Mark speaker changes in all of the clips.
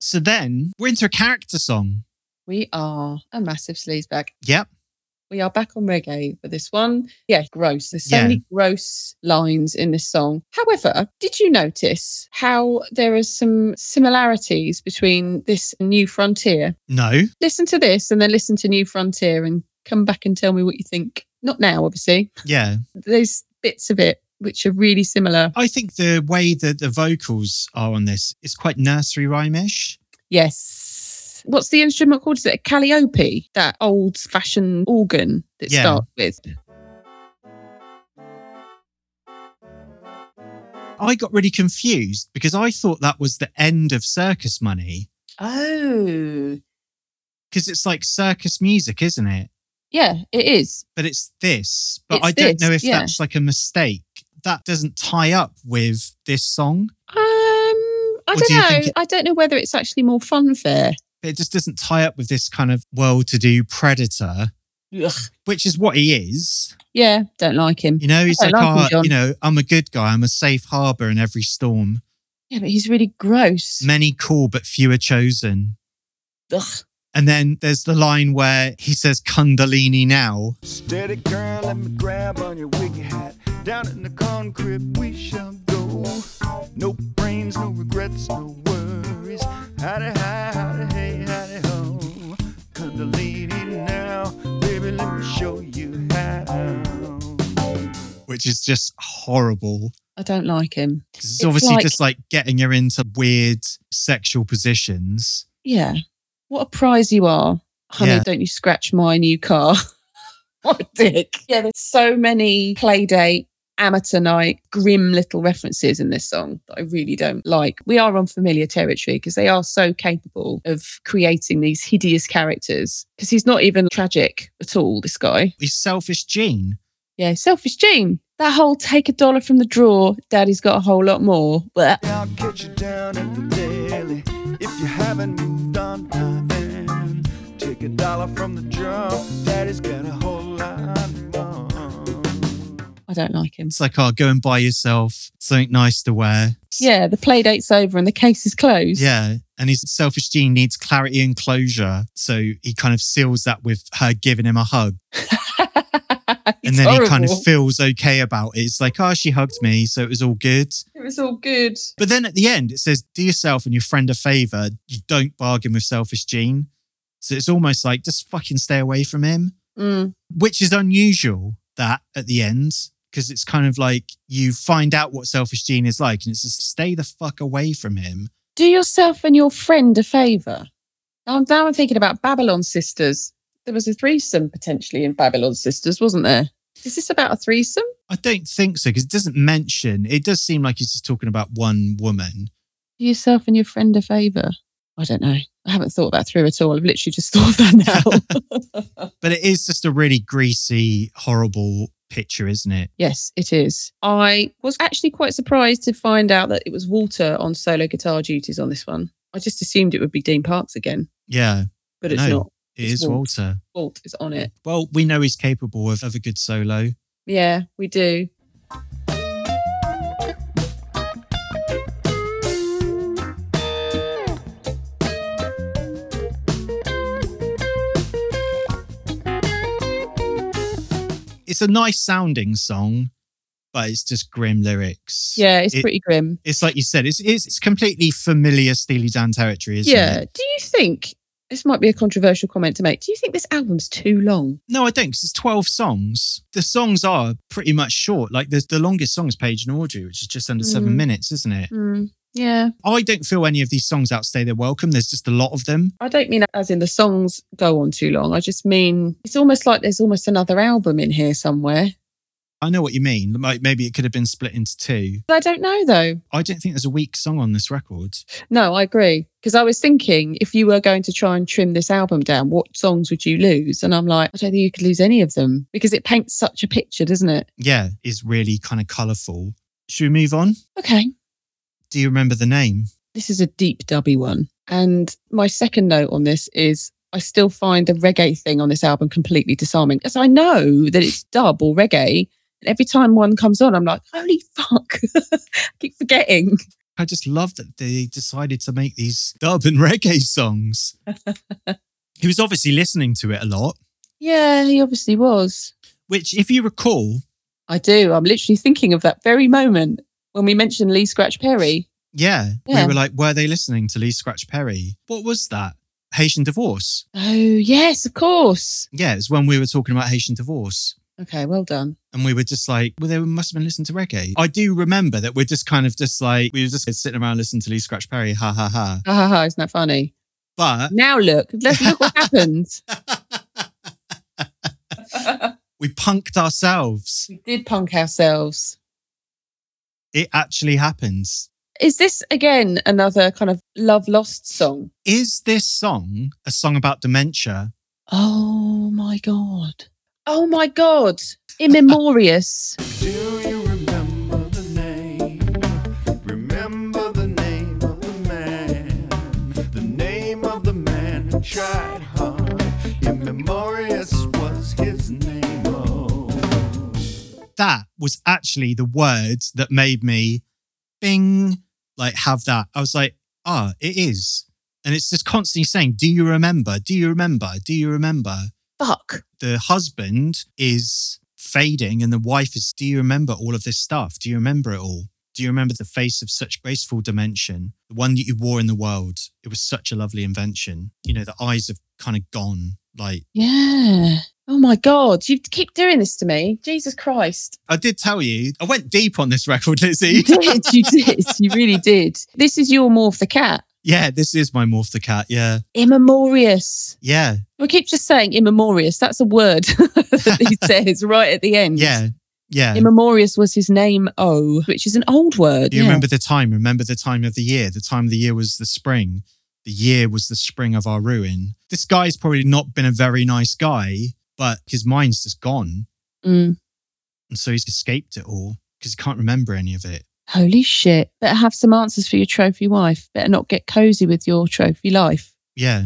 Speaker 1: So then we're into a character song.
Speaker 2: We are a massive sleaze bag.
Speaker 1: Yep.
Speaker 2: We are back on reggae for this one. Yeah, gross. There's so
Speaker 1: Yeah.
Speaker 2: many gross lines in this song. However, did you notice how there are some similarities between this and New Frontier?
Speaker 1: No.
Speaker 2: Listen to this and then listen to New Frontier and come back and tell me what you think. Not now, obviously.
Speaker 1: Yeah.
Speaker 2: There's bits of it which are really similar.
Speaker 1: I think the way that the vocals are on this is quite nursery rhyme-ish.
Speaker 2: Yes. What's the instrument called? Is it a calliope? That old fashioned organ that
Speaker 1: Yeah.
Speaker 2: starts with.
Speaker 1: I got really confused because I thought that was the end of circus money
Speaker 2: Oh.
Speaker 1: because it's like circus music, isn't it?
Speaker 2: Yeah, it is.
Speaker 1: But it's this. But
Speaker 2: It's
Speaker 1: I don't know
Speaker 2: this,
Speaker 1: if
Speaker 2: yeah.
Speaker 1: that's like a mistake. That doesn't tie up with this song.
Speaker 2: Um, I
Speaker 1: Or
Speaker 2: don't
Speaker 1: do you
Speaker 2: know.
Speaker 1: think it-
Speaker 2: I don't know whether it's actually more funfair.
Speaker 1: But it just doesn't tie up with this kind of well-to-do predator,
Speaker 2: Ugh.
Speaker 1: which is what he is.
Speaker 2: Yeah, don't like him.
Speaker 1: You know, he's
Speaker 2: I
Speaker 1: like,
Speaker 2: don't like him,
Speaker 1: oh,
Speaker 2: John."
Speaker 1: you know, I'm a good guy. I'm a safe harbor in every storm.
Speaker 2: Yeah, but he's really gross.
Speaker 1: Many call, but few are chosen.
Speaker 2: Ugh.
Speaker 1: And then there's the line where he says, Kundalini now.
Speaker 3: Steady girl, let me grab on your wiggy hat. Down in the concrete we shall go. No brains, no regrets, no worries. Howdy hi, howdy hey, howdy ho. Kundalini now, baby, let me show you how.
Speaker 1: Which is just horrible.
Speaker 2: I don't like him.
Speaker 1: 'Cause It's,
Speaker 2: It's
Speaker 1: obviously
Speaker 2: like-
Speaker 1: just like getting her into weird sexual positions.
Speaker 2: Yeah. What a prize you are. Honey,
Speaker 1: Yeah.
Speaker 2: don't you scratch my new car. what a dick. Yeah, there's so many playdate, amateur night, grim little references in this song that I really don't like. We are on familiar territory because they are so capable of creating these hideous characters. Because he's not even tragic at all, this guy.
Speaker 1: He's selfish Gene.
Speaker 2: Yeah, selfish Gene. That whole take a dollar from the drawer, daddy's got a whole lot more. But
Speaker 3: I'll catch you down at the deli if you haven't moved on by then. Take a dollar from the drawer, daddy's got a whole lot more.
Speaker 2: I don't like him.
Speaker 1: It's like, oh, go and buy yourself something nice to wear.
Speaker 2: Yeah, the playdate's over and the case is closed.
Speaker 1: Yeah. And his selfish Gene needs clarity and closure. So he kind of seals that with her giving him a hug. and then he kind of feels okay about it. It's like, oh, she hugged me, so it was all good.
Speaker 2: It was all good.
Speaker 1: But then at the end, it says, do yourself and your friend a favor. You don't bargain with selfish Gene. So it's almost like just fucking stay away from him,
Speaker 2: Mm.
Speaker 1: which is unusual that at the end, because it's kind of like you find out what selfish Gene is like and it's just stay the fuck away from him.
Speaker 2: Do yourself and your friend a favor. Now, I'm- now I'm thinking about Babylon Sisters. There was a threesome potentially in Babylon Sisters, wasn't there? Is this about a threesome?
Speaker 1: I don't think so because it doesn't mention, it does seem like he's just talking about one woman.
Speaker 2: Do yourself and your friend a favor. I don't know. I haven't thought that through at all. I've literally just thought of that now.
Speaker 1: But it is just a really greasy, horrible picture, isn't it?
Speaker 2: yes, it is. I was actually quite surprised to find out that it was Walter on solo guitar duties on this one. I just assumed it would be Dean Parks again,
Speaker 1: Yeah.
Speaker 2: but it's
Speaker 1: No.
Speaker 2: not.
Speaker 1: It
Speaker 2: It's
Speaker 1: is
Speaker 2: Walt.
Speaker 1: Walter.
Speaker 2: Walt is on it.
Speaker 1: Well, we know he's capable of, of a good solo.
Speaker 2: Yeah, we do.
Speaker 1: It's a nice sounding song, but it's just grim lyrics.
Speaker 2: Yeah, it's
Speaker 1: It-
Speaker 2: pretty grim.
Speaker 1: It's like you said, it's it's, it's completely familiar Steely Dan territory, isn't
Speaker 2: Yeah.
Speaker 1: it?
Speaker 2: Do you think this might be a controversial comment to make? Do you think this album's too long?
Speaker 1: No, I don't, 'cause it's 12 songs. The songs are pretty much short. Like the, the longest song is Page and Audrey, which is just under seven
Speaker 2: Mhm.
Speaker 1: minutes, isn't it?
Speaker 2: Hmm, yeah.
Speaker 1: I don't feel any of these songs outstay their welcome. There's just a lot of them.
Speaker 2: I don't mean as in the songs go on too long. I just mean it's almost like there's almost another album in here somewhere.
Speaker 1: I know what you mean. Like maybe it could have been split into two.
Speaker 2: I don't know though.
Speaker 1: I don't think there's a weak song on this record.
Speaker 2: No, I agree. Because I was thinking if you were going to try and trim this album down, what songs would you lose? And I'm like, I don't think you could lose any of them because it paints such a picture, doesn't it?
Speaker 1: yeah, is really kind of colourful. Should we move on?
Speaker 2: Okay.
Speaker 1: Do you remember the name?
Speaker 2: This is a deep dubby one. And my second note on this is I still find the reggae thing on this album completely disarming. Because I know that it's dub or reggae. And every time one comes on, I'm like, holy fuck. I keep forgetting.
Speaker 1: I just love that they decided to make these dub and reggae songs. he was obviously listening to it a lot,
Speaker 2: Yeah, he obviously was.
Speaker 1: which, if you recall,
Speaker 2: I do. I'm literally thinking of that very moment when we mentioned Lee Scratch Perry.
Speaker 1: yeah,
Speaker 2: Yeah.
Speaker 1: we were like, were they listening to Lee Scratch Perry? What was that? Haitian Divorce.
Speaker 2: Oh, yes, of course.
Speaker 1: Yeah, it's when we were talking about Haitian Divorce.
Speaker 2: Okay, well done.
Speaker 1: And we were just like, well, they must have been listening to reggae. I do remember that we're just kind of just like, we were just sitting around listening to Lee Scratch Perry, ha ha ha.
Speaker 2: Ha ha ha, isn't that funny?
Speaker 1: But
Speaker 2: Now look, let's look what happened.
Speaker 1: we punked ourselves.
Speaker 2: we did punk ourselves.
Speaker 1: It actually happens.
Speaker 2: Is this again another kind of love lost song?
Speaker 1: Is this song a song about dementia?
Speaker 2: Oh my god. Oh my god. Immemorious.
Speaker 3: Do you remember the name? Remember the name of the man. The name of the man who tried hard. Immemorious was his name. Oh.
Speaker 1: That was actually the word that made me bing, like have that. I was like, ah, it is. And it's just constantly saying, do you remember? Do you remember? Do you remember?
Speaker 2: Fuck.
Speaker 1: The husband is fading and the wife is, do you remember all of this stuff? Do you remember it all? Do you remember the face of such graceful dimension? The one that you wore in the world. It was such a lovely invention. You know, the eyes have kind of gone. Like,
Speaker 2: Yeah. Oh my god. You keep doing this to me. Jesus Christ.
Speaker 1: I did tell you, I went deep on this record, Lizzie.
Speaker 2: You did. You did. You really did. This is your morph the cat.
Speaker 1: yeah, this is my Morph the Cat. Yeah.
Speaker 2: Immemorious.
Speaker 1: Yeah.
Speaker 2: We keep just saying immemorious. That's a word that he says right at the end.
Speaker 1: Yeah. Yeah.
Speaker 2: Immemorious was his name, O, which is an old word.
Speaker 1: Do you
Speaker 2: yeah.
Speaker 1: remember the time? Remember the time of the year? The time of the year was the spring. The year was the spring of our ruin. This guy's probably not been a very nice guy, but his mind's just gone.
Speaker 2: Mm.
Speaker 1: And so he's escaped it all because he can't remember any of it.
Speaker 2: Holy shit. Better have some answers for your trophy wife. Better not get cozy with your trophy life.
Speaker 1: Yeah.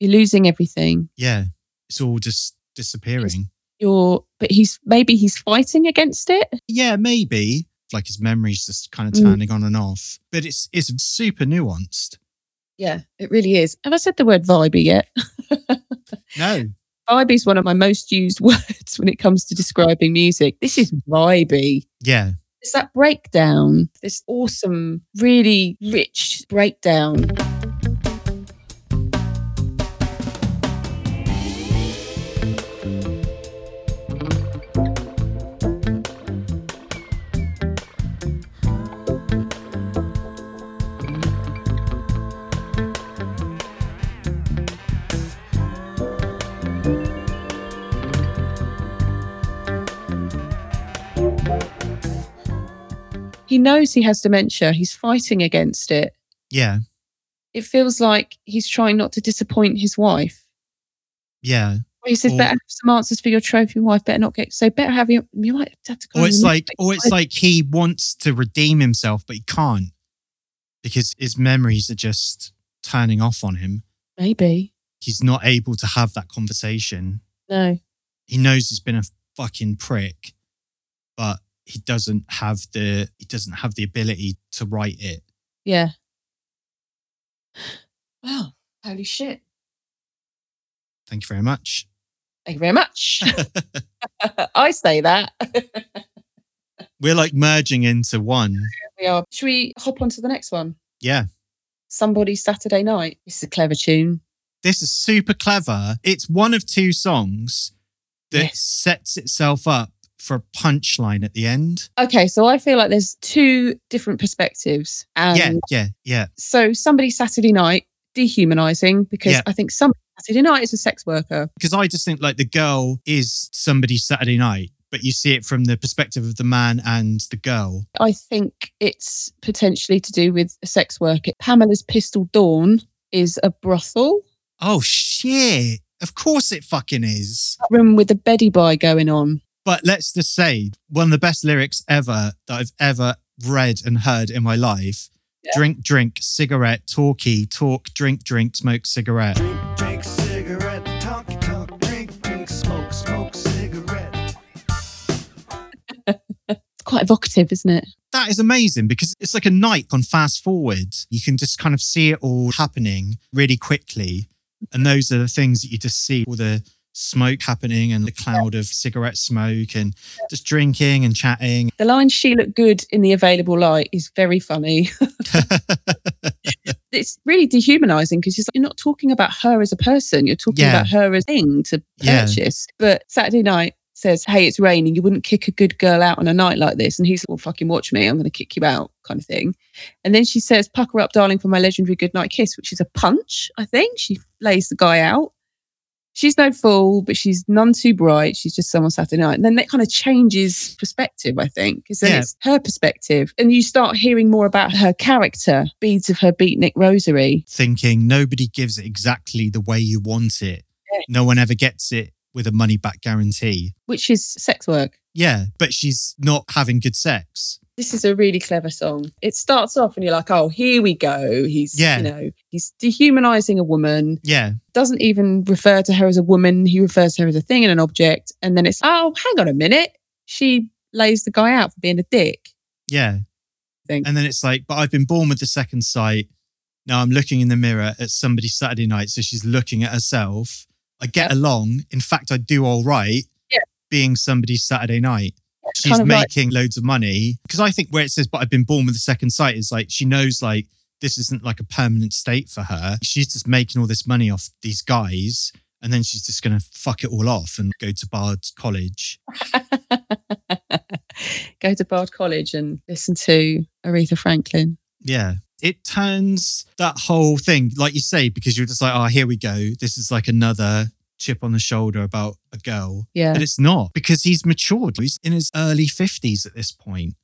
Speaker 2: You're losing everything.
Speaker 1: Yeah. It's all just disappearing.
Speaker 2: You're, but he's maybe he's fighting against it.
Speaker 1: Yeah, maybe. Like his memory's just kind of
Speaker 2: Mm.
Speaker 1: turning on and off. But it's it's super nuanced.
Speaker 2: Yeah, it really is. Have I said the word vibey yet?
Speaker 1: No.
Speaker 2: Vibey is one of my most used words when it comes to describing music. This is vibey.
Speaker 1: Yeah.
Speaker 2: It's that breakdown, this awesome, really rich breakdown. He knows he has dementia. He's fighting against it.
Speaker 1: Yeah.
Speaker 2: It feels like he's trying not to disappoint his wife.
Speaker 1: Yeah.
Speaker 2: He says,
Speaker 1: Or-
Speaker 2: "Better have some answers for your trophy wife. Better not get so. Better have your. You might have to go."
Speaker 1: Or it's
Speaker 2: and-
Speaker 1: like, or it's like he wants to redeem himself, but he can't because his memories are just turning off on him.
Speaker 2: maybe
Speaker 1: He's not able to have that conversation.
Speaker 2: no.
Speaker 1: He knows he's been a fucking prick, but he doesn't have the he doesn't have the ability to write it.
Speaker 2: Yeah. Wow. Holy shit.
Speaker 1: Thank you very much.
Speaker 2: Thank you very much. I say that.
Speaker 1: We're like merging into one.
Speaker 2: we are. Should we hop on to the next one?
Speaker 1: Yeah.
Speaker 2: Somebody Saturday night. This is a clever tune.
Speaker 1: This is super clever. It's one of two songs that
Speaker 2: Yes.
Speaker 1: sets itself up for a punchline at the end.
Speaker 2: Okay, so I feel like there's two different perspectives. And
Speaker 1: yeah, yeah, yeah.
Speaker 2: so somebody Saturday night dehumanizing because
Speaker 1: Yeah.
Speaker 2: I think somebody Saturday night is a sex worker.
Speaker 1: because I just think like the girl is somebody's Saturday night, but you see it from the perspective of the man and the girl.
Speaker 2: I think it's potentially to do with a sex worker. Pamela's Pistol Dawn is a brothel
Speaker 1: Oh shit! Of course it fucking is.
Speaker 2: room with a beddy by going on.
Speaker 1: But let's just say one of the best lyrics ever that I've ever read and heard in my life.
Speaker 2: Yeah.
Speaker 1: Drink, drink, cigarette, talkie, talk, drink, drink, smoke, cigarette.
Speaker 3: Drink, drink, cigarette, talk, talk, drink, drink, smoke, smoke, cigarette.
Speaker 2: It's quite evocative, isn't it?
Speaker 1: that is amazing because it's like a night on fast forward. You can just kind of see it all happening really quickly. And those are the things that you just see all the smoke happening and the cloud of cigarette smoke and just drinking and chatting.
Speaker 2: The line she looked good in the available light is very funny. it's really dehumanizing because like, you're not talking about her as a person, you're talking
Speaker 1: Yeah.
Speaker 2: about her as a thing to
Speaker 1: Yeah.
Speaker 2: purchase. But Saturday night says, Hey, it's raining. You wouldn't kick a good girl out on a night like this. And he's like, Well, fucking watch me. I'm going to kick you out, kind of thing. And then she says, Pucker up, darling, for my legendary goodnight kiss, which is a punch, I think. She lays the guy out. She's no fool, but she's none too bright. She's just someone Saturday night. And then that kind of changes perspective, I think, because then
Speaker 1: Yeah.
Speaker 2: it's her perspective. And you start hearing more about her character, beads of her beatnik rosary.
Speaker 1: thinking nobody gives it exactly the way you want it.
Speaker 2: Yeah.
Speaker 1: No one ever gets it with a money back guarantee.
Speaker 2: which is sex work.
Speaker 1: Yeah, but she's not having good sex.
Speaker 2: This is a really clever song. It starts off and you're like, oh, here we go. He's,
Speaker 1: Yeah.
Speaker 2: you know, he's dehumanizing a woman,
Speaker 1: Yeah,
Speaker 2: doesn't even refer to her as a woman. He refers to her as a thing and an object. And then it's, oh, hang on a minute. She lays the guy out for being a dick.
Speaker 1: yeah.
Speaker 2: Think.
Speaker 1: And then it's like, but I've been born with the second sight. Now I'm looking in the mirror at somebody Saturday night. So she's looking at herself. I get along. In fact, I do all right
Speaker 2: Yeah.
Speaker 1: being somebody's Saturday night. She's
Speaker 2: kind of like-
Speaker 1: making loads of money. Because I think where it says, but I've been born with the second sight is like, she knows like this isn't like a permanent state for her. She's just making all this money off these guys. And then she's just going to fuck it all off and go to Bard's College.
Speaker 2: go to Bard College and listen to Aretha Franklin.
Speaker 1: Yeah. It turns that whole thing, like you say, because you're just like, oh, here we go. This is like another chip on the shoulder about a girl.
Speaker 2: Yeah.
Speaker 1: But it's not because he's matured. He's in his early 50s at this point.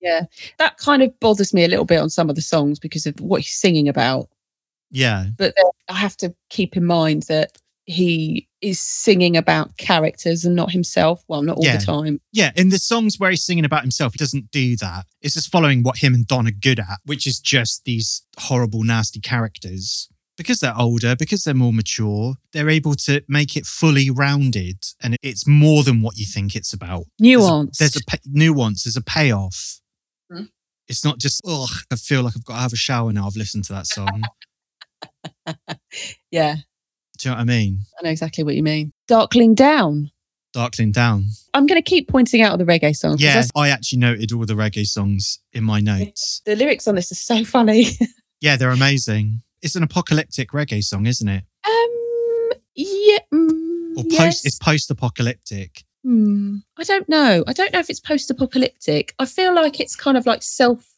Speaker 2: Yeah. That kind of bothers me a little bit on some of the songs because of what he's singing about.
Speaker 1: Yeah.
Speaker 2: but then I have to keep in mind that he is singing about characters and not himself. Well, not all
Speaker 1: Yeah.
Speaker 2: the time.
Speaker 1: Yeah. In the songs where he's singing about himself, he doesn't do that. It's just following what him and Don are good at, which is just these horrible, nasty characters. Because they're older, because they're more mature, they're able to make it fully rounded. And it's more than what you think it's about.
Speaker 2: Nuance.
Speaker 1: There's a pa- nuance. There's a payoff.
Speaker 2: Hmm.
Speaker 1: It's not just oh, I feel like I've got to have a shower now. I've listened to that song.
Speaker 2: yeah,
Speaker 1: Do you know what I mean?
Speaker 2: I know exactly what you mean. Darkling Down.
Speaker 1: Darkling down.
Speaker 2: I'm going to keep pointing out the reggae songs. 'cause
Speaker 1: Yeah,
Speaker 2: that's-
Speaker 1: I actually noted all the reggae songs in my notes.
Speaker 2: The lyrics on this are so funny.
Speaker 1: Yeah, they're amazing. It's an apocalyptic reggae song, isn't it?
Speaker 2: um, yeah. mm,
Speaker 1: Or post
Speaker 2: yes.
Speaker 1: it's post-apocalyptic.
Speaker 2: Hmm. I don't know. I don't know if it's post apocalyptic. I feel like it's kind of like self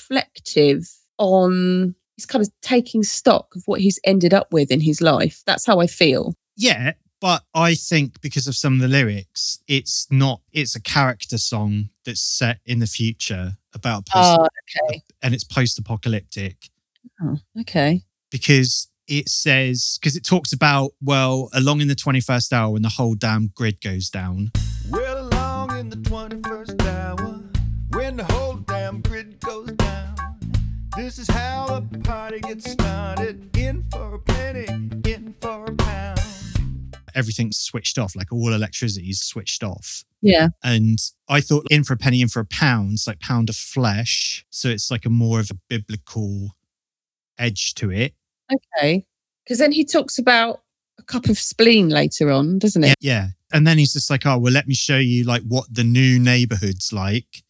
Speaker 2: reflective on, he's kind of taking stock of what he's ended up with in his life. That's how I feel.
Speaker 1: Yeah, but I think because of some of the lyrics, it's not it's a character song that's set in the future about a person
Speaker 2: Oh,
Speaker 1: and it's post-apocalyptic.
Speaker 2: Oh, okay.
Speaker 1: because it says because it talks about well along in the 21st hour when the whole damn grid goes down
Speaker 3: Well, along in the 21st hour, when the whole damn grid goes down, this is how the party gets started. In for a penny, in for a pound.
Speaker 1: everything's switched off like all electricity's switched off
Speaker 2: Yeah.
Speaker 1: and i thought in for a penny in for a pound it's like pound of flesh so it's like a more of a biblical edge to it
Speaker 2: Okay. Because then he talks about a cup of spleen later on, doesn't it?
Speaker 1: yeah yeah and then he's just like oh well let me show you like what the new neighborhood's like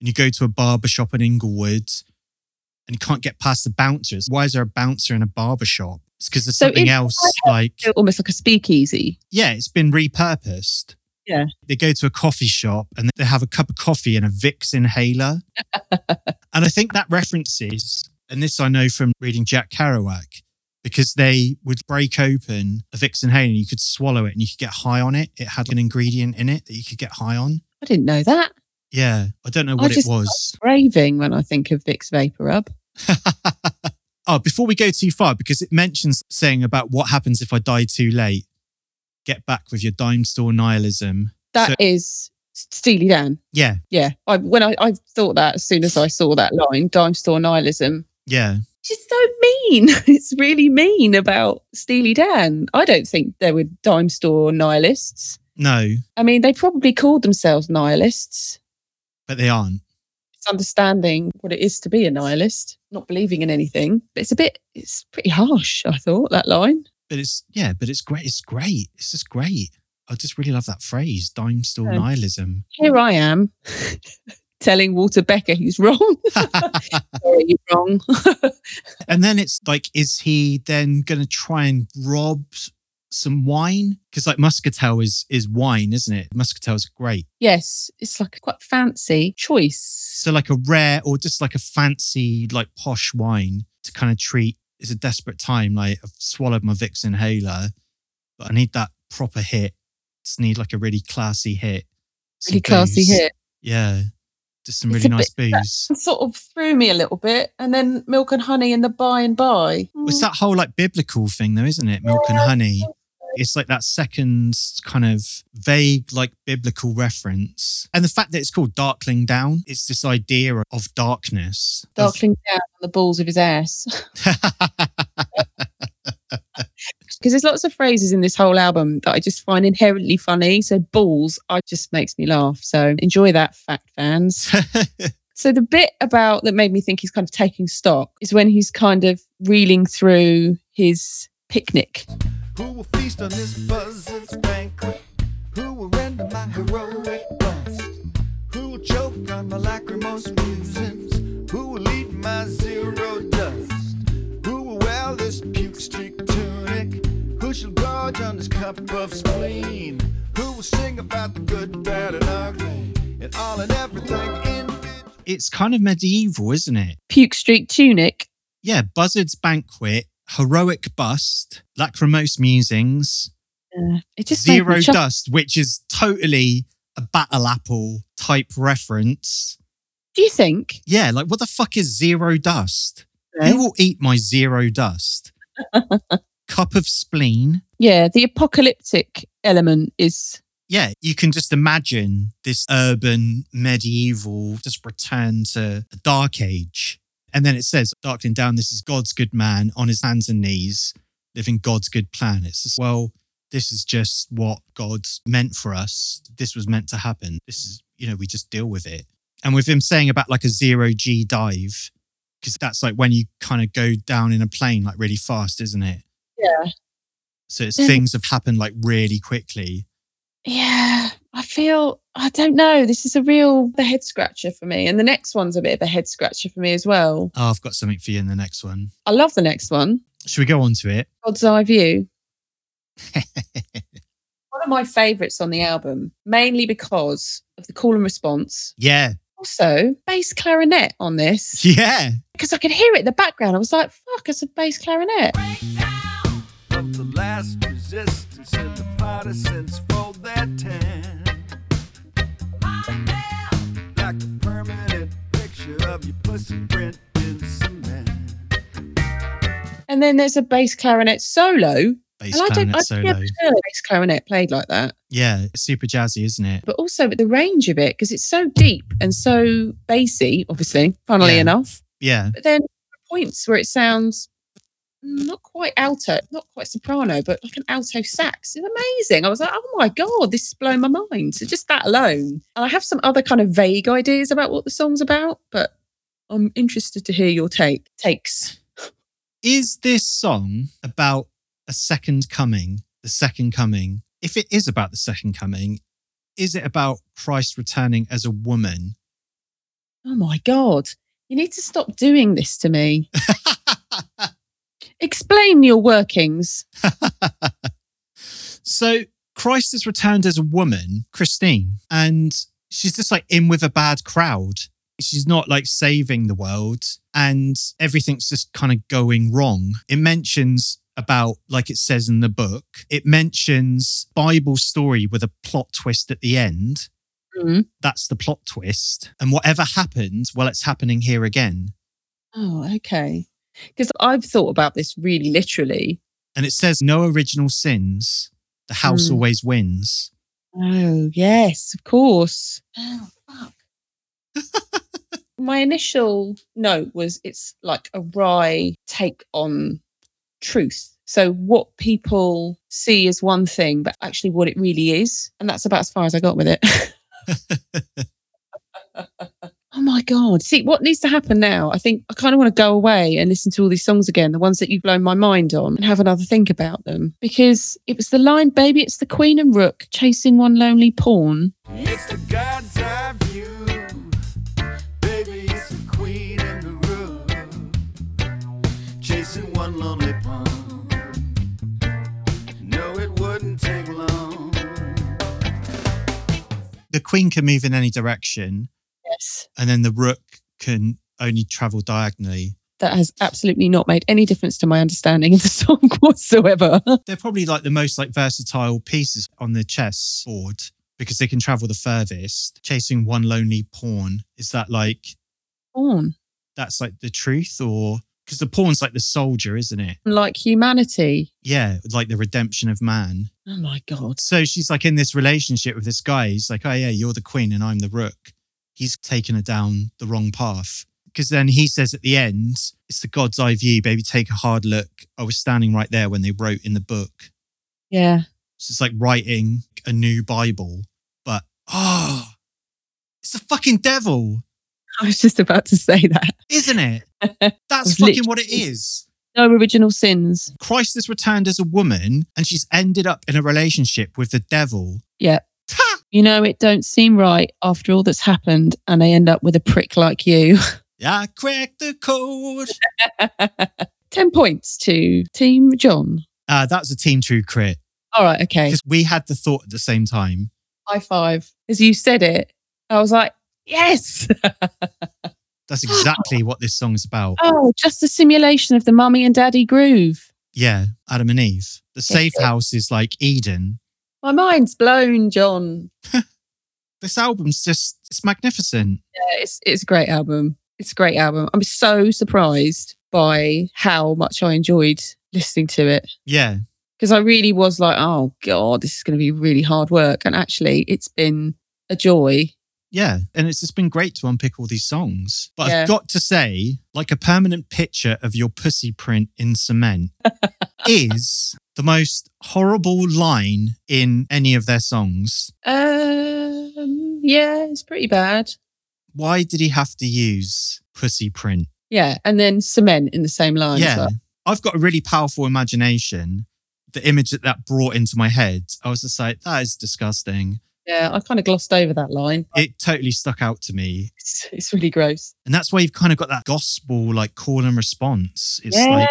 Speaker 1: and you go to a barber shop in inglewood and you can't get past the bouncers why is there a bouncer in a barber shop it's because there's
Speaker 2: So
Speaker 1: something
Speaker 2: in-
Speaker 1: else like
Speaker 2: So Almost like a speakeasy.
Speaker 1: yeah it's been repurposed
Speaker 2: Yeah.
Speaker 1: they go to a coffee shop and they have a cup of coffee and a vicks inhaler and i think that references and this i know from reading jack kerouac because they would break open a vicks inhaler and you could swallow it and you could get high on it it had an ingredient in it that you could get high on
Speaker 2: I didn't know that.
Speaker 1: yeah i don't know what
Speaker 2: just-
Speaker 1: it was
Speaker 2: Raving when I think of Vicks Vapor Rub.
Speaker 1: oh, before we go too far, because it mentions saying about what happens if I die too late. Get back with your dime store nihilism.
Speaker 2: That
Speaker 1: So-
Speaker 2: is Steely Dan.
Speaker 1: Yeah,
Speaker 2: Yeah. I, when I, I thought that as soon as I saw that line, Dime Store Nihilism.
Speaker 1: yeah,
Speaker 2: She's so mean. It's really mean about Steely Dan. I don't think there were dime store nihilists.
Speaker 1: no,
Speaker 2: I mean, they probably called themselves nihilists.
Speaker 1: but they aren't.
Speaker 2: understanding what it is to be a nihilist, not believing in anything. But it's a bit, it's pretty harsh, I thought, that line.
Speaker 1: But it's yeah, but it's great. It's great. It's just great. I just really love that phrase, dime store
Speaker 2: Yeah.
Speaker 1: nihilism.
Speaker 2: Here I am telling Walter Becker he's wrong. Sorry, you're wrong.
Speaker 1: And then it's like, is he then going to try and rob s- some wine? Because like muscatel is is wine, isn't it? Muscatel's great.
Speaker 2: yes, it's like a quite fancy choice.
Speaker 1: So like a rare or just like a fancy like posh wine to kind of treat. It's a desperate time. Like I've swallowed my Vicks inhaler, but I need that proper hit. Just need like a really classy hit. Some
Speaker 2: Really classy
Speaker 1: booze.
Speaker 2: hit.
Speaker 1: Yeah, just some
Speaker 2: It's
Speaker 1: really
Speaker 2: a
Speaker 1: nice
Speaker 2: bit- that-
Speaker 1: booze.
Speaker 2: It sort of threw me a little bit. And then milk and honey in the by and by.
Speaker 1: It's that whole like biblical thing though, isn't it? Milk and honey. It's like that second kind of vague, like biblical reference. And the fact that it's called darkling down, it's this idea of darkness. of-
Speaker 2: Darkling down on the balls of his ass. Because there's lots of phrases in this whole album that I just find inherently funny. So balls, I just makes me laugh. So enjoy that fact, fans. So the bit about that made me think he's kind of taking stock is when he's kind of reeling through his picnic.
Speaker 3: Who will feast on this buzzard's banquet? Who will render my heroic bust? Who will choke on my lachrymose musings? Who will eat my zero dust? Who will wear this puke streak tunic? Who shall gorge on this cup of spleen? Who will sing about the good, bad, and ugly? And all and everything in between?
Speaker 1: it's kind of medieval, isn't it?
Speaker 2: Puke Street tunic.
Speaker 1: Yeah, Buzzard's Banquet, Heroic Bust, Lachrymose Musings,
Speaker 2: Uh, it just made me
Speaker 1: Zero
Speaker 2: chuckle.
Speaker 1: Dust, which is totally a battle apple type reference.
Speaker 2: Do you think?
Speaker 1: Yeah, like what the fuck is zero dust? Who will eat my zero dust? Cup of spleen.
Speaker 2: Yeah, the apocalyptic element is
Speaker 1: Yeah, you can just imagine this urban medieval just return to a dark age. And then it says, darkling down, this is God's good man on his hands and knees, living God's good plan. It's just, well, this is just what God's meant for us. This was meant to happen. This is, you know, we just deal with it. And with him saying about like a zero G dive, because that's like when you kind of go down in a plane like really fast, isn't it?
Speaker 2: Yeah.
Speaker 1: So it's
Speaker 2: Yeah.
Speaker 1: things have happened like really quickly.
Speaker 2: yeah i feel i don't know this is a real the head scratcher for me and the next one's a bit of a head scratcher for me as well
Speaker 1: Oh, I've got something for you in the next one.
Speaker 2: i love the next one
Speaker 1: Should we go on to it?
Speaker 2: god's eye view one of my favorites on the album mainly because of the call and response
Speaker 1: Yeah.
Speaker 2: also bass clarinet on this
Speaker 1: Yeah.
Speaker 2: because i could hear it in the background i was like fuck it's a bass clarinet
Speaker 3: of the last resistance and the partisans fold their tan. Like a permanent picture of your pussy print in cement.
Speaker 2: and then there's a bass clarinet solo
Speaker 1: Bass
Speaker 2: and i don't
Speaker 1: clarinet
Speaker 2: i've
Speaker 1: solo.
Speaker 2: never heard a bass clarinet played like that
Speaker 1: Yeah. It's super jazzy, isn't it?
Speaker 2: but also the range of it because it's so deep and so bassy, obviously, funnily
Speaker 1: Yeah.
Speaker 2: enough.
Speaker 1: Yeah.
Speaker 2: But then points where it sounds not quite alto, not quite soprano, but like an alto sax. It's amazing. I was like, oh my God, this is blowing my mind. So just that alone. And I have some other kind of vague ideas about what the song's about, but I'm interested to hear your take takes.
Speaker 1: Is this song about a second coming? The second coming? If it is about the second coming, is it about Christ returning as a woman?
Speaker 2: Oh my God. You need to stop doing this to me. Explain your workings.
Speaker 1: so Christ is returned as a woman, Christine, and she's just like in with a bad crowd. She's not like saving the world and everything's just kind of going wrong. It mentions about, like it says in the book, it mentions Bible story with a plot twist at the end.
Speaker 2: Mm.
Speaker 1: That's the plot twist. And whatever happened, well, it's happening here again.
Speaker 2: Oh, okay. Because I've thought about this really literally.
Speaker 1: And it says, no original sins. The house
Speaker 2: Mm.
Speaker 1: always wins.
Speaker 2: Oh, yes, of course. Oh, fuck. My initial note was it's like a wry take on truth. So, what people see is one thing, but actually what it really is. And that's about as far as I got with it. oh my God. See, what needs to happen now? I think I kind of want to go away and listen to all these songs again, the ones that you've blown my mind on, and have another think about them. Because it was the line, baby, it's the Queen and Rook chasing one lonely pawn.
Speaker 3: It's the God's eye view. Baby, it's the queen and the rook. Chasing one lonely pawn. No, it wouldn't take long.
Speaker 1: The queen can move in any direction,
Speaker 2: Yes.
Speaker 1: and then the rook can only travel diagonally.
Speaker 2: That has absolutely not made any difference to my understanding of the song whatsoever.
Speaker 1: They're probably like the most like versatile pieces on the chess board because they can travel the furthest. Chasing one lonely pawn is that like
Speaker 2: Pawn.
Speaker 1: that's like the truth or because the pawn's like the soldier, isn't it?
Speaker 2: Like humanity.
Speaker 1: Yeah, like the redemption of man.
Speaker 2: Oh my God.
Speaker 1: So she's like in this relationship with this guy. He's like, oh, yeah, you're the queen and I'm the rook. He's taken her down the wrong path. Because then he says at the end, it's the God's eye view, baby, take a hard look. I was standing right there when they wrote in the book.
Speaker 2: Yeah.
Speaker 1: So it's like writing a new Bible, but oh, it's the fucking devil,
Speaker 2: I was just about to say that.
Speaker 1: isn't it? That's
Speaker 2: It's
Speaker 1: fucking what it
Speaker 2: literally-
Speaker 1: is.
Speaker 2: No original sins.
Speaker 1: Christ has returned as a woman and she's ended up in a relationship with the devil.
Speaker 2: Yeah.
Speaker 1: Ta!
Speaker 2: You know, it don't seem right after all that's happened, and they end up with a prick like you.
Speaker 1: I cracked the code.
Speaker 2: 10 points to Team John.
Speaker 1: Uh, that's a team true crit
Speaker 2: All right, okay.
Speaker 1: because we had the thought at the same time.
Speaker 2: High five. As you said it, I was like, yes.
Speaker 1: That's exactly what this song's about.
Speaker 2: Oh, just a simulation of the mummy and daddy groove.
Speaker 1: Yeah, Adam and Eve. The safe house is like Eden.
Speaker 2: My mind's blown, John.
Speaker 1: This album's just, it's magnificent.
Speaker 2: Yeah, it's, it's a great album. It's a great album. I'm so surprised by how much I enjoyed listening to it.
Speaker 1: Yeah,
Speaker 2: because I really was like, oh God, this is going to be really hard work. And actually, it's been a joy.
Speaker 1: yeah. And it's just been great to unpick all these songs. But
Speaker 2: Yeah.
Speaker 1: I've got to say, like a permanent picture of your pussy print in cement is the most horrible line in any of their songs.
Speaker 2: Um, yeah, it's pretty bad.
Speaker 1: Why did he have to use pussy print?
Speaker 2: Yeah, and then cement in the same line. as
Speaker 1: yeah.
Speaker 2: well.
Speaker 1: I've got a really powerful imagination. The image that that brought into my head, I was just like, that is disgusting.
Speaker 2: yeah. I kind of glossed over that line.
Speaker 1: It totally stuck out to me.
Speaker 2: It's, it's really gross.
Speaker 1: And that's why you've kind of got that gospel like call and response. It's
Speaker 2: yeah,
Speaker 1: like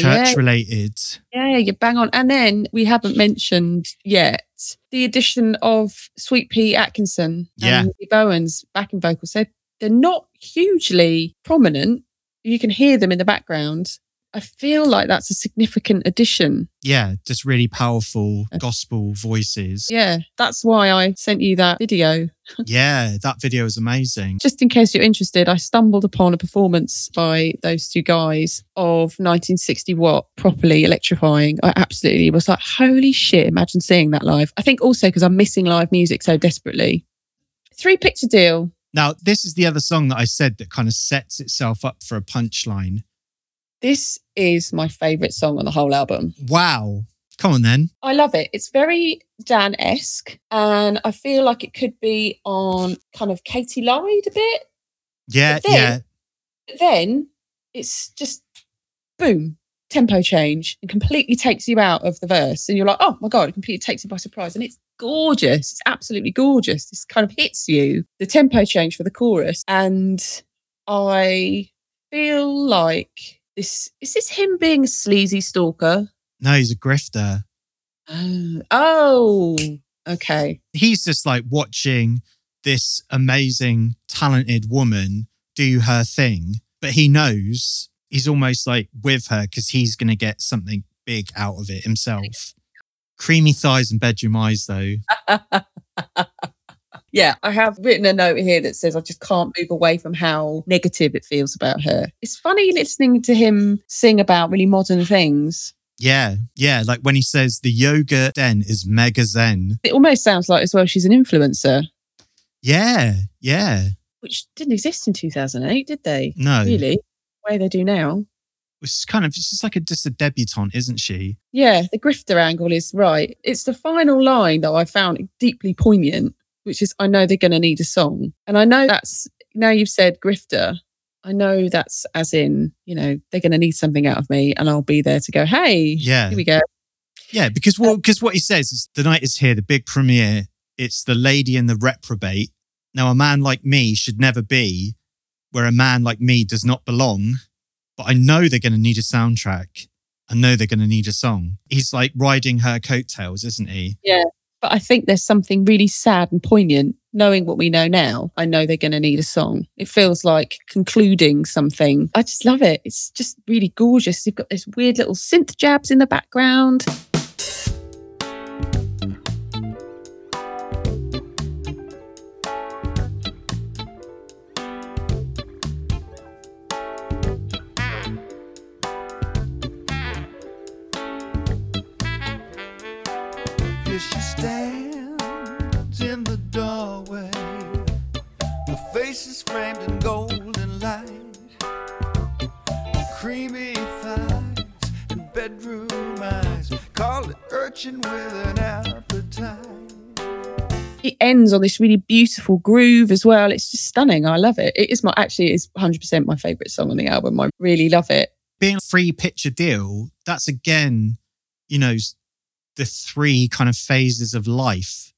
Speaker 1: church
Speaker 2: yeah,
Speaker 1: related.
Speaker 2: yeah. You bang on. And then we haven't mentioned yet the addition of Sweet Pea Atkinson
Speaker 1: Yeah.
Speaker 2: and Lee Bowen's backing vocals. So they're not hugely prominent. You can hear them in the background. I feel like that's a significant addition.
Speaker 1: Yeah, just really powerful gospel voices.
Speaker 2: Yeah, that's why I sent you that video.
Speaker 1: yeah, that video is amazing.
Speaker 2: Just in case you're interested, I stumbled upon a performance by those two guys of 1960 Watt properly electrifying. I absolutely was like, holy shit, imagine seeing that live. I think also because I'm missing live music so desperately. Three picture deal.
Speaker 1: Now, this is the other song that I said that kind of sets itself up for a punchline.
Speaker 2: This is my favorite song on the whole album.
Speaker 1: Wow. Come on then.
Speaker 2: I love it. It's very Dan esque, and I feel like it could be on kind of Katie Lloyd a bit.
Speaker 1: Yeah,
Speaker 2: But then-
Speaker 1: yeah.
Speaker 2: But then it's just boom, tempo change and completely takes you out of the verse. And you're like, oh my God, it completely takes you by surprise. And it's gorgeous. It's absolutely gorgeous. This kind of hits you. The tempo change for the chorus. And I feel like this is this him being a sleazy stalker?
Speaker 1: No, he's a grifter.
Speaker 2: Oh, oh okay.
Speaker 1: he's just like watching this amazing, talented woman do her thing, but he knows he's almost like with her because he's going to get something big out of it himself. Creamy thighs and bedroom eyes, though.
Speaker 2: Yeah, I have written a note here that says I just can't move away from how negative it feels about her. It's funny listening to him sing about really modern things.
Speaker 1: Yeah, yeah. Like when he says the yoga den is mega zen.
Speaker 2: It almost sounds like as well she's an influencer,
Speaker 1: Yeah, yeah.
Speaker 2: which didn't exist in 2008, did they?
Speaker 1: No,
Speaker 2: Really? The way they do now.
Speaker 1: it's kind of she's like a just a debutante, isn't she?
Speaker 2: Yeah, the grifter angle is right. It's the final line that I found deeply poignant, which is I know they're going to need a song. And I know that's now you've said grifter, I know that's as in, you know, they're going to need something out of me and I'll be there to go, hey,
Speaker 1: Yeah.
Speaker 2: here we go.
Speaker 1: Yeah, because what because what he says is the night is here, the big premiere. It's the lady and the reprobate. Now, a man like me should never be where a man like me does not belong. But I know they're going to need a soundtrack. I know they're going to need a song. He's like riding her coattails, isn't he?
Speaker 2: But I think there's something really sad and poignant knowing what we know now. I know they're going to need a song. It feels like concluding something. I just love it. It's just really gorgeous. You've got this weird little synth jabs in the background.
Speaker 3: Here she stands in the doorway. Her face is framed in golden light. Creamy thighs and bedroom eyes. Call it urchin with an appetite.
Speaker 2: It ends on this really beautiful groove as well. It's just stunning. I love it. It is my actually it is 100% my favorite song on the album. I really love it.
Speaker 1: Being a free picture deal, that's again, you know, s- the three kind of phases of life.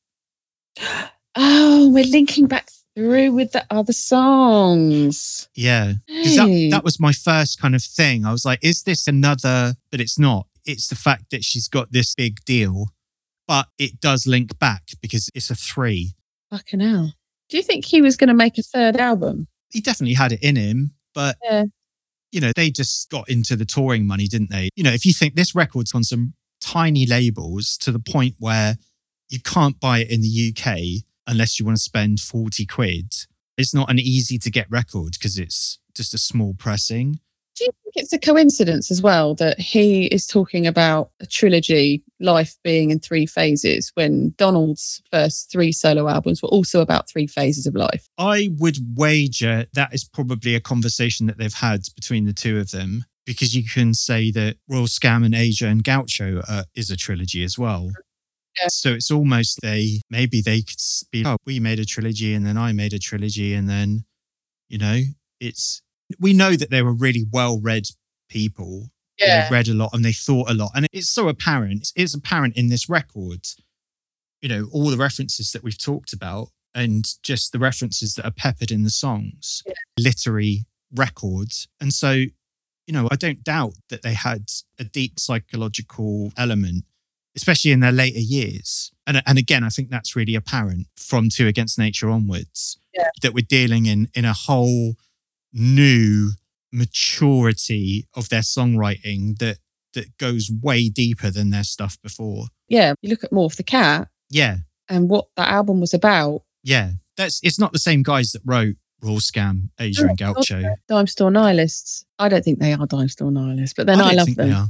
Speaker 2: Oh, we're linking back through with the other songs.
Speaker 1: Yeah. Because
Speaker 2: Hey.
Speaker 1: that, that was my first kind of thing. I was like, is this another? But it's not. It's the fact that she's got this big deal, but it does link back because it's a three.
Speaker 2: Fucking hell. Do you think he was going to make a third album?
Speaker 1: He definitely had it in him, but.
Speaker 2: Yeah.
Speaker 1: You know, they just got into the touring money, didn't they? You know, if you think this record's on some tiny labels to the point where you can't buy it in the UK unless you want to spend 40 quid, it's not an easy to get record because it's just a small pressing.
Speaker 2: Do you think it's a coincidence as well that he is talking about a trilogy, life being in three phases, when Donald's first three solo albums were also about three phases of life?
Speaker 1: I would wager that is probably a conversation that they've had between the two of them because you can say that Royal Scam and Asia and Gaucho uh, is a trilogy as well.
Speaker 2: Yeah.
Speaker 1: So it's almost they maybe they could s- be oh we made a trilogy and then I made a trilogy and then you know it's we know that they were really well read people they read a lot and they thought a lot. And it's so apparent. It's, it's apparent in this record, you know, all the references that we've talked about and just the references that are peppered in the songs, literary records. And so, you know, I don't doubt that they had a deep psychological element, especially in their later years. And, and again, I think that's really apparent from Two Against Nature onwards
Speaker 2: Yeah.
Speaker 1: that we're dealing in in a whole new maturity of their songwriting that that goes way deeper than their stuff before.
Speaker 2: Yeah. You look at Morph the Cat
Speaker 1: Yeah,
Speaker 2: and what that album was about.
Speaker 1: yeah. That's it's not the same guys that wrote Raw Scam, Asia and Gaucho.
Speaker 2: Dime Store Nihilists. I don't think they are Dime Store Nihilists, but then I,
Speaker 1: don't
Speaker 2: love
Speaker 1: think they
Speaker 2: them.
Speaker 1: are.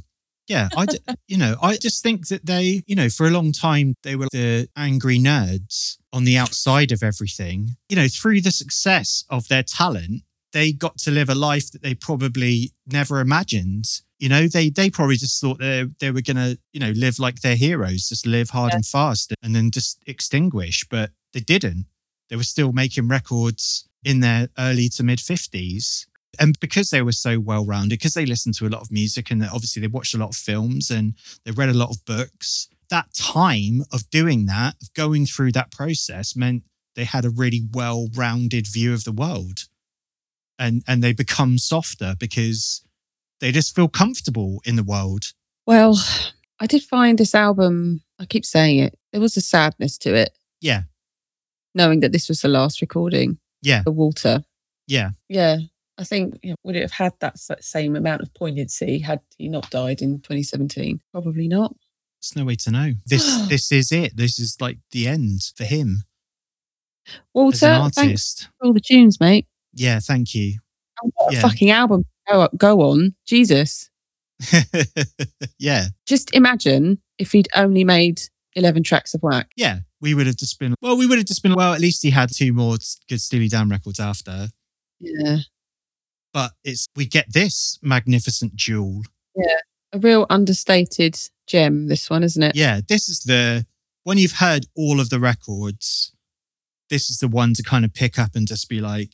Speaker 1: Yeah, I d- you know I just think that they you know for a long time they were the angry nerds on the outside of everything. You know through the success of their talent, they got to live a life that they probably never imagined. You know they they probably just thought they they were gonna you know live like their heroes, just live hard
Speaker 2: Yeah.
Speaker 1: and fast, and then just extinguish. But they didn't. They were still making records in their early to mid fifties and because they were so well rounded, because they listened to a lot of music and they- obviously they watched a lot of films and they read a lot of books, that time of doing that, of going through that process, meant they had a really well rounded view of the world. And, and they become softer because they just feel comfortable in the world.
Speaker 2: Well, I did find this album, I keep saying it, there was a sadness to it.
Speaker 1: Yeah.
Speaker 2: Knowing that this was the last recording.
Speaker 1: Yeah.
Speaker 2: For Walter.
Speaker 1: Yeah.
Speaker 2: Yeah. I think you know, would it have had that s- same amount of poignancy had he not died in 2017? Probably not.
Speaker 1: There's no way to know. This this is it. This is like the end for him as an
Speaker 2: Walter, thanks
Speaker 1: artist.
Speaker 2: for all the tunes, mate.
Speaker 1: Yeah, thank you.
Speaker 2: And what a
Speaker 1: Yeah.
Speaker 2: fucking album to go, go on. Jesus.
Speaker 1: yeah.
Speaker 2: Just imagine if he'd only made 11 tracks of whack.
Speaker 1: yeah, we would have just been, well, we would have just been, well, at least he had two more s- good Steely Dan records after.
Speaker 2: Yeah.
Speaker 1: But it's, we get this magnificent jewel.
Speaker 2: A real understated gem, this one, isn't it?
Speaker 1: Yeah, this is the, when you've heard all of the records, this is the one to kind of pick up and just be like,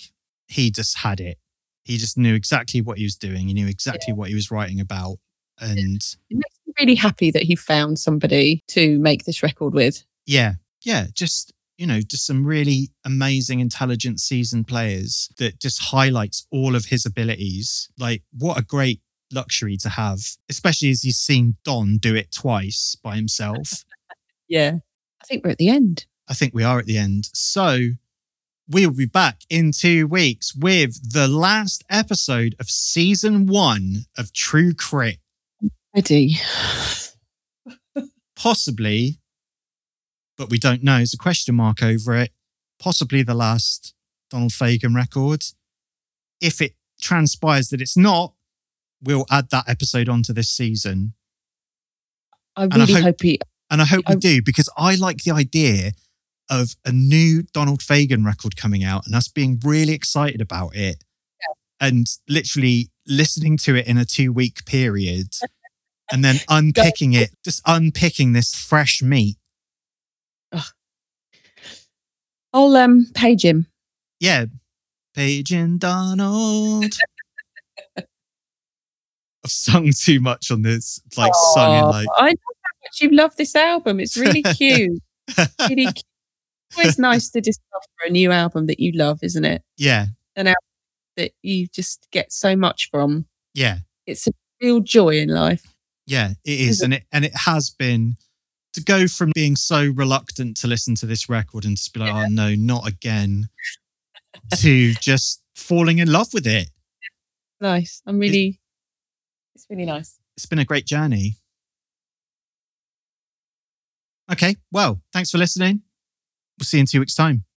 Speaker 1: he just had it. He just knew exactly what he was doing. He knew exactly what he was writing about. And
Speaker 2: It makes me really happy that he found somebody to make this record with.
Speaker 1: yeah, yeah, just, you know, just some really amazing, intelligent, seasoned players that just highlights all of his abilities. Like, what a great luxury to have, especially as he's seen Don do it twice by himself.
Speaker 2: Yeah. I think we're at the end.
Speaker 1: I think we are at the end. So we'll be back in two weeks with the last episode of season one of True Crit,
Speaker 2: Ready.
Speaker 1: possibly, but we don't know. There's a question mark over it. Possibly the last Donald Fagan record. If it transpires that it's not, we'll add that episode onto this season.
Speaker 2: I
Speaker 1: I
Speaker 2: really
Speaker 1: hope-
Speaker 2: hope, he
Speaker 1: And I hope we
Speaker 2: I-
Speaker 1: do because I like the idea of a new Donald Fagan record coming out and us being really excited about it and literally listening to it in a two week period and then unpicking it, just unpicking this fresh meat.
Speaker 2: I'll um page him.
Speaker 1: Yeah. Paige and Donald. I've sung too much on this, like sung in
Speaker 2: Aw,
Speaker 1: like,
Speaker 2: I know how much you love this album. It's really cute. really cute. It's always nice to discover a new album that you love, isn't it?
Speaker 1: yeah,
Speaker 2: That you just get so much from.
Speaker 1: yeah.
Speaker 2: It's a real joy in life.
Speaker 1: Yeah, it is,
Speaker 2: Is it?
Speaker 1: and it and it has been to go from being so reluctant to listen to this record and just be like, "Oh no, not again," to just falling in love with it.
Speaker 2: Nice. I'm really it's really nice.
Speaker 1: It's been a great journey. Okay, well, thanks for listening. We'll see you in two weeks' time.